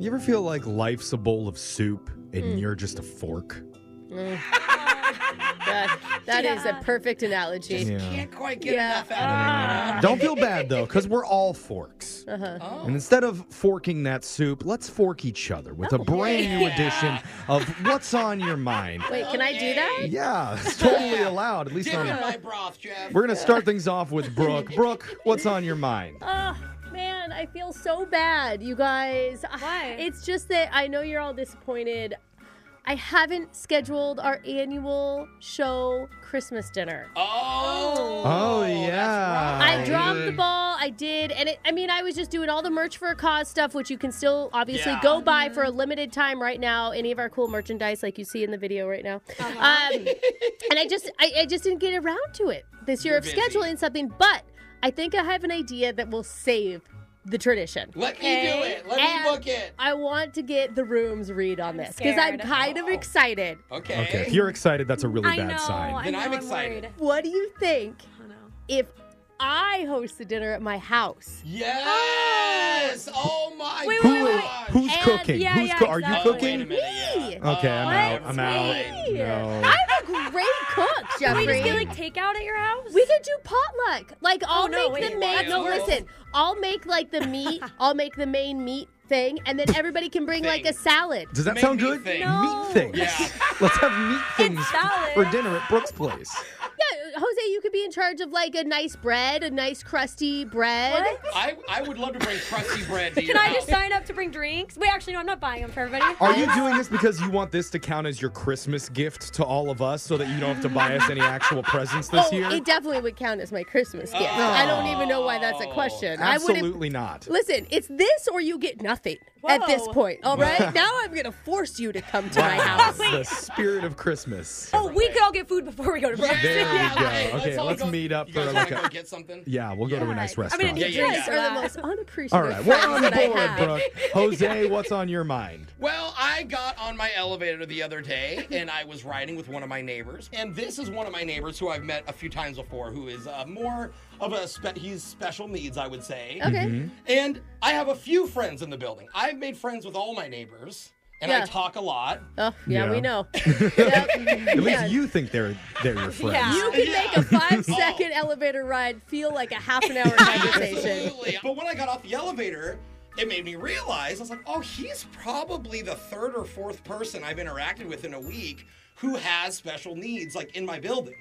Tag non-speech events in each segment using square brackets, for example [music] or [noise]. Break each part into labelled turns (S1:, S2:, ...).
S1: You ever feel like life's a bowl of soup and you're just a fork?
S2: That, that is a perfect analogy.
S3: Can't quite get
S2: Yeah.
S3: enough out
S1: Don't feel bad though, because we're all forks. And instead of forking that soup, let's fork each other with a brand new edition of What's on Your Mind.
S2: Wait, can I do that?
S1: Yeah, it's totally allowed. At least
S3: of it. Dip in
S1: on.
S3: my broth, Jeff.
S1: We're gonna start things off with Brooke. Brooke, what's on your mind?
S2: Man, I feel so bad, you guys. [sighs]
S4: Why?
S2: It's just that I know you're all disappointed. I haven't scheduled our annual show Christmas dinner.
S3: Oh.
S1: Oh
S3: that's
S1: yeah,
S2: I dropped the ball. I did, and it, I mean, I was just doing all the merch for a cause stuff, which you can still obviously
S3: Yeah.
S2: go buy for a limited time right now. Any of our cool merchandise, like you see in the video right now. Um, and I just, I, I just didn't get around to it this year
S3: You're
S2: of
S3: busy.
S2: scheduling something. But I think I have an idea that will save the tradition.
S3: Let me do it. Let
S2: And
S3: me book it.
S2: I want to get the room's read on this because I'm
S4: scared.
S2: kind of excited.
S3: Okay.
S1: Okay, if you're excited, that's a really
S4: I
S1: bad
S4: know.
S1: sign.
S4: I
S3: Then
S4: know,
S3: I'm
S4: I'm
S3: excited.
S4: worried.
S2: What do you think
S4: Oh, no.
S2: if I host the dinner at my house?
S3: Yes. Oh my
S4: Wait,
S1: Who-
S4: wait, wait, wait.
S3: God.
S1: who's
S2: And-
S1: cooking?
S4: yeah,
S1: who's
S4: yeah,
S1: co- are
S3: Oh,
S1: you
S4: exactly.
S3: Wait a
S1: cooking?
S3: minute. yeah.
S2: Me?
S1: Okay, I'm out.
S2: What?
S1: I'm out.
S2: Me?
S1: No.
S2: I'm a great [laughs] cook, Jeffrey.
S4: Can we just get like takeout at your house?
S2: We could do potluck. Like I'll
S4: Oh, no,
S2: make the
S4: wait,
S2: main.
S3: that's
S2: No,
S3: gross.
S2: listen. I'll make like the
S4: [laughs]
S2: meat. I'll make the main meat thing, and then everybody can bring like a
S3: Thing.
S2: salad.
S1: Does that
S3: Make
S1: sound
S3: meat
S1: good?
S3: things.
S1: Meat things.
S3: Yeah.
S1: [laughs] Let's have meat things
S4: salad.
S1: for dinner at Brooks' place.
S2: Yeah, Jose, you could be in charge of like a nice bread, a nice crusty bread.
S4: What?
S3: I, I would love to bring crusty bread to your
S4: Can I
S3: house.
S4: just sign up to bring drinks? Wait, actually, no, I'm not buying them for everybody.
S1: Are you doing this because you want this to count as your Christmas gift to all of us so that you don't have to buy us any actual presents this
S2: oh,
S1: year?
S2: it definitely would count as my Christmas gift. I don't even know why
S4: Oh,
S2: that's a question. I wouldn't.
S1: Absolutely not.
S2: Listen, it's this or you get nothing at this
S4: Whoa.
S2: point. All right, now I'm gonna force you to come to my
S1: Wow, [laughs]
S2: house.
S1: The spirit of Christmas.
S4: Oh, we could all get food before we go to breakfast.
S1: There we
S3: Yeah,
S1: go.
S3: hey,
S1: Okay,
S3: all
S1: let's
S3: go-
S1: meet up
S3: you
S1: for
S3: guys
S1: like
S3: wanna
S1: a-
S3: go get something.
S1: Yeah, we'll go to a nice
S4: I'm gonna
S1: restaurant.
S4: need
S3: Yeah, yeah,
S2: Drinks
S4: yeah.
S2: are the most
S1: All
S2: unappreciated
S1: right, we're
S2: friends
S1: on
S2: that I
S1: board,
S2: have.
S1: Brooke.
S2: [laughs]
S1: Jose, what's on your mind?
S3: Well, I got on my elevator the
S2: [laughs]
S3: other day and I was riding with one of my neighbors. And this is one of my neighbors who I've met a few times before, who is uh, more of a spe- he's special needs, I would say.
S2: Okay.
S3: And I have a few friends in the building. I've made friends with all my neighbors, and
S2: Yeah.
S3: I talk a lot.
S2: Oh, yeah,
S1: Yeah.
S2: we know.
S1: [laughs]
S2: Yep.
S1: At least
S2: Yeah.
S1: you think they're they're your friends.
S4: Yeah.
S3: Oh,
S2: You can make a
S3: [laughs]
S2: five second elevator ride feel like a half an hour
S3: [laughs]
S2: conversation.
S3: Absolutely. But when I got off the elevator, it made me realize I was like, oh, he's probably the third or fourth person I've interacted with in a week who has special needs, like in my building.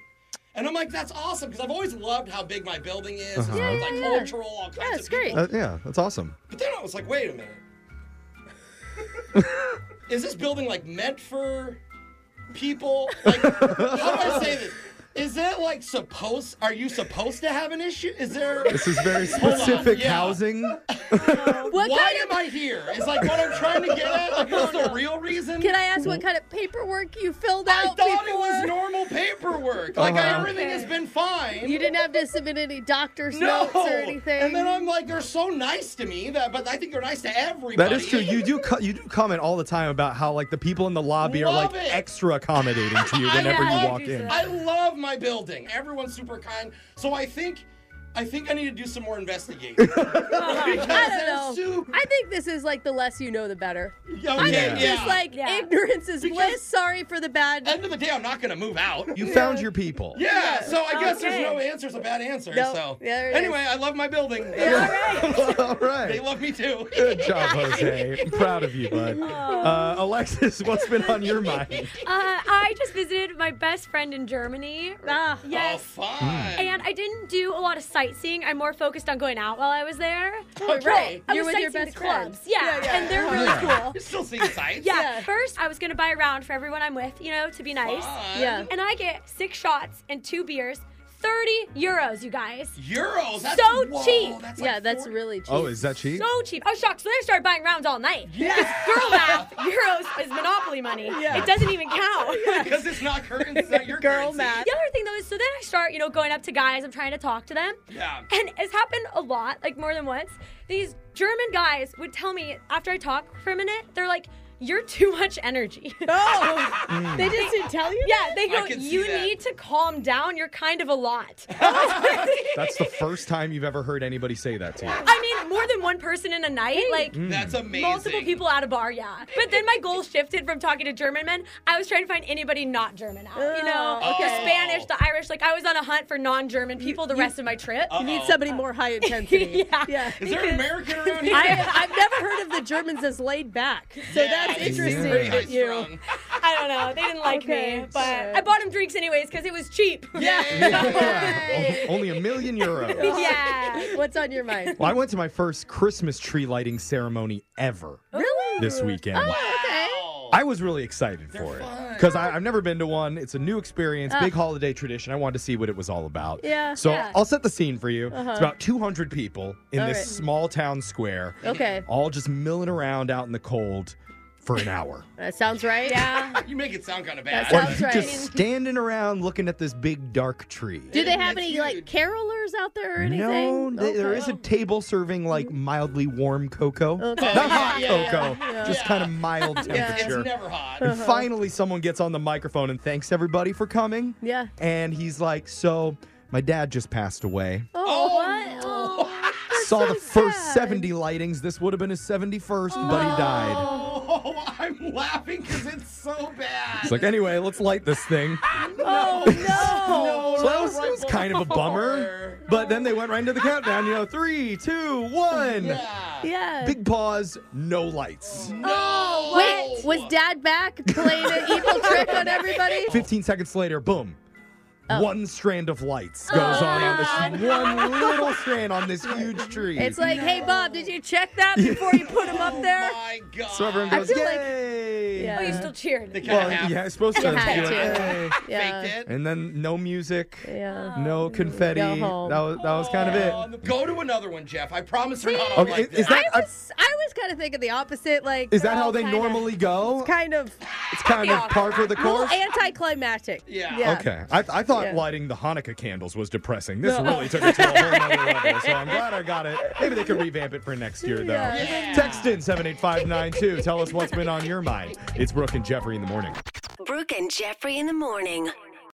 S3: And I'm like, that's awesome because I've always loved how big my building is. It's
S1: Yeah,
S3: like
S2: Uh-huh. yeah, yeah.
S3: cultural, all kinds
S2: it's
S3: of
S2: great.
S3: people.
S1: Uh, yeah, that's awesome.
S3: But then I was like, wait
S2: [laughs]
S3: a minute. Is this building like meant for people? Like, how do I say this? Is that like supposed? Are you supposed to have an issue? Is
S2: [laughs]
S3: there?
S1: This is very
S3: Hold on,
S1: specific
S3: yeah.
S1: housing.
S2: What
S3: [laughs] Why
S2: kind
S3: am I here? Is like what I'm trying to get at. Like,
S2: [laughs]
S3: what's the real reason?
S2: of, can I ask what
S1: Mm-hmm.
S2: kind of paperwork you filled
S3: I
S2: out
S3: thought
S2: before?
S3: it was normal paperwork. Like
S1: Uh-huh.
S3: everything has been fine.
S2: you didn't have to submit any doctor's
S3: no.
S2: notes or anything.
S3: And then I'm like, they're so nice to me that, but I think they're nice to everybody.
S1: That is true. You do co- you do comment all the time about how like the people in the lobby are
S3: Love
S1: like
S3: it.
S1: extra accommodating to you
S3: I
S1: whenever
S3: love
S1: you walk
S4: you,
S1: in.
S4: sir.
S3: I love my building. Everyone's super kind. So I think, I think I need to do some more
S1: [laughs]
S3: investigating. because
S2: I
S3: they're
S2: don't know.
S3: super-
S2: I think this is like the less you know, the better.
S3: Okay,
S1: think
S3: yeah.
S2: Just like
S4: Yeah.
S2: ignorance is
S3: Because-
S2: bliss. Sorry for the bad.
S3: end of the day, I'm not gonna move
S2: [laughs]
S3: out.
S1: You found your people.
S3: yeah, so I guess
S4: Okay.
S3: there's no answer's a bad answer.
S2: Nope.
S3: So
S2: Yeah, there it
S3: anyway, I love my building.
S1: [laughs] all
S3: They
S1: right.
S3: love Oh.
S2: [laughs]
S3: me too. Oh,
S1: Good job, Jose. I'm proud of you,
S3: [laughs]
S1: bud. Uh, Alexis, what's been on your mind?
S4: Uh, I just visited my best friend in Germany.
S2: Ah.
S3: Oh,
S4: Yes.
S3: fun.
S4: And I didn't do a lot of sightseeing. I'm more focused on going out while I was there.
S3: okay.
S4: I
S2: You're
S4: was
S2: with your
S4: sightseeing
S2: best
S4: the clubs.
S2: friends.
S4: Yeah.
S2: Yeah, yeah.
S4: and they're really
S1: Yeah.
S4: cool.
S3: You're still seeing sights.
S4: Yeah.
S2: Yeah.
S4: First, I was gonna buy a round for everyone I'm with, you know, to be nice.
S3: Fun.
S2: Yeah.
S4: And I get six shots and two beers, 30 euros, you guys.
S3: Euros. That's,
S4: So
S3: whoa,
S4: cheap.
S3: That's like
S2: Yeah, that's
S3: 40
S2: really cheap.
S1: Oh, is that cheap?
S4: So cheap. I was shocked. So then I started buying rounds all night.
S3: [laughs] Yeah.
S4: Girl math, [laughs] euros is Monopoly money. It doesn't even count. [laughs]
S3: Because it's not currency.
S2: [laughs]
S3: It's not your
S2: Girl
S3: currency.
S2: math.
S4: The other thing though is, so then I start, you know, going up to guys. I'm trying to talk to them.
S3: Yeah.
S4: And it's happened a lot, like more than once. These German guys would tell me after I talk for a minute, they're like, "You're too much
S3: [laughs]
S4: energy."
S2: Oh,
S1: Hmm.
S2: they just didn't tell you.
S4: [laughs] yeah, they go,
S3: I can see
S4: "You
S3: that."
S4: need to calm down. You're kind of a lot." [laughs]
S1: That's the first time you've ever heard anybody say that to you.
S4: I mean, more than one person in a night. Like
S3: That's
S2: Hmm.
S3: amazing.
S4: multiple people at a bar, yeah. But then my goal shifted from talking to German men. I was trying to find anybody not German out. You know,
S2: Oh,
S4: the
S3: okay.
S4: Spanish, the Irish. Like I was on a hunt for non-German people the rest of my trip.
S2: You need somebody more high intensity.
S4: [laughs]
S3: [laughs]
S4: Yeah.
S3: Oh. Is there
S2: [laughs]
S3: an American around here?
S2: I, I've never heard of the Germans as laid back, so
S3: Yeah,
S2: that's
S3: they seem
S2: interesting
S3: pretty
S2: that you.
S3: high-strung.
S4: I don't know. They didn't like
S2: Okay,
S4: me, but
S2: sure.
S4: I bought them drinks anyways because it was cheap.
S1: [laughs] Yeah. O- Only a million euros.
S4: [laughs] yeah.
S2: What's on your mind?
S1: Well, I went to my first Christmas tree lighting ceremony ever
S3: Oh.
S2: Really?
S1: this weekend.
S2: Okay.
S3: Wow.
S1: I was really excited for it
S3: fun.
S1: because I've never been to one. It's a new experience, big holiday tradition. I wanted to see what it was all about.
S2: Yeah.
S1: So
S4: Yeah.
S1: I'll set the scene for you. It's about 200 people in
S2: All
S1: this
S2: right. Oh.
S1: small town square,
S2: Okay.
S1: all just milling around out in the cold for an hour.
S2: That sounds right.
S4: Yeah.
S3: You make it sound kind of bad.
S2: That sounds-
S1: or
S2: right.
S1: just standing around looking at this big dark tree.
S2: Do they have
S3: That's
S2: any
S3: huge.
S2: like carolers out there or
S1: No,
S2: anything? Oh,
S1: th- there
S2: Okay.
S1: is a table serving like mildly warm cocoa.
S2: Okay.
S1: Not
S3: Oh,
S1: hot
S3: yeah, yeah,
S1: cocoa,
S2: yeah.
S1: just
S3: Yeah.
S1: kind of mild
S3: It's
S1: temperature.
S3: never hot.
S2: Uh-huh.
S1: And finally, someone gets on the microphone and thanks everybody for coming.
S2: Yeah.
S1: And he's like, So, my dad just passed away.
S2: Oh,
S3: Oh,
S2: what? Oh.
S1: Saw the first
S2: sad.
S1: 70 lightings. This would have been his 71st, but he died.
S3: Oh, I'm laughing because it's so bad.
S1: It's like, anyway, let's light this
S2: [laughs]
S1: thing.
S3: [laughs]
S2: Oh, no.
S1: So that was, that was kind of a bummer. But then they went right into the countdown. You know, three, two, one.
S2: Oh,
S3: Yeah.
S2: Yeah.
S1: Big pause, no lights.
S3: No. Oh
S2: Wait, was Dad back playing an evil trick
S1: [laughs]
S2: on everybody?
S1: 15 seconds later, boom.
S2: Oh.
S1: One strand of lights goes on on this one little strand on this huge tree.
S2: It's like, hey, Bob, did you check that before you put him up there?
S3: Oh my God.
S1: so everyone
S2: I
S1: goes,
S2: feel like-
S1: yay!
S4: Oh, you
S2: Yeah.
S4: still cheered.
S3: They kind of
S1: Well, yeah,
S3: half
S1: it's supposed to.
S2: You had
S1: be like,
S2: to.
S1: "Hey."
S2: Yeah.
S3: faked it.
S1: And then no music,
S2: Yeah.
S1: no confetti.
S2: Go
S1: That
S2: home.
S1: was that was kind of it.
S3: Oh, Go to another one, Jeff. I promise we're not all
S1: Okay,
S3: like
S1: is
S3: this.
S1: that uh,
S2: I was, I was kind of thinking the opposite. Like,
S1: Is that
S2: they're
S1: how
S2: all
S1: they
S2: kinda-
S1: normally go?
S2: Kind of
S1: It's kind of par for the
S2: a little
S1: course.
S2: anticlimactic.
S3: Yeah.
S1: Okay, I, I thought
S2: Yeah.
S1: lighting the Hanukkah candles was depressing. This really took it to a whole nother level, so I'm glad I got it. Maybe they could revamp it for next year, though.
S2: Yeah.
S3: Yeah.
S1: Text in 78592. Tell us what's been on your mind. It's Brooke and Jeffrey in the morning.
S5: Brooke and Jeffrey in the morning.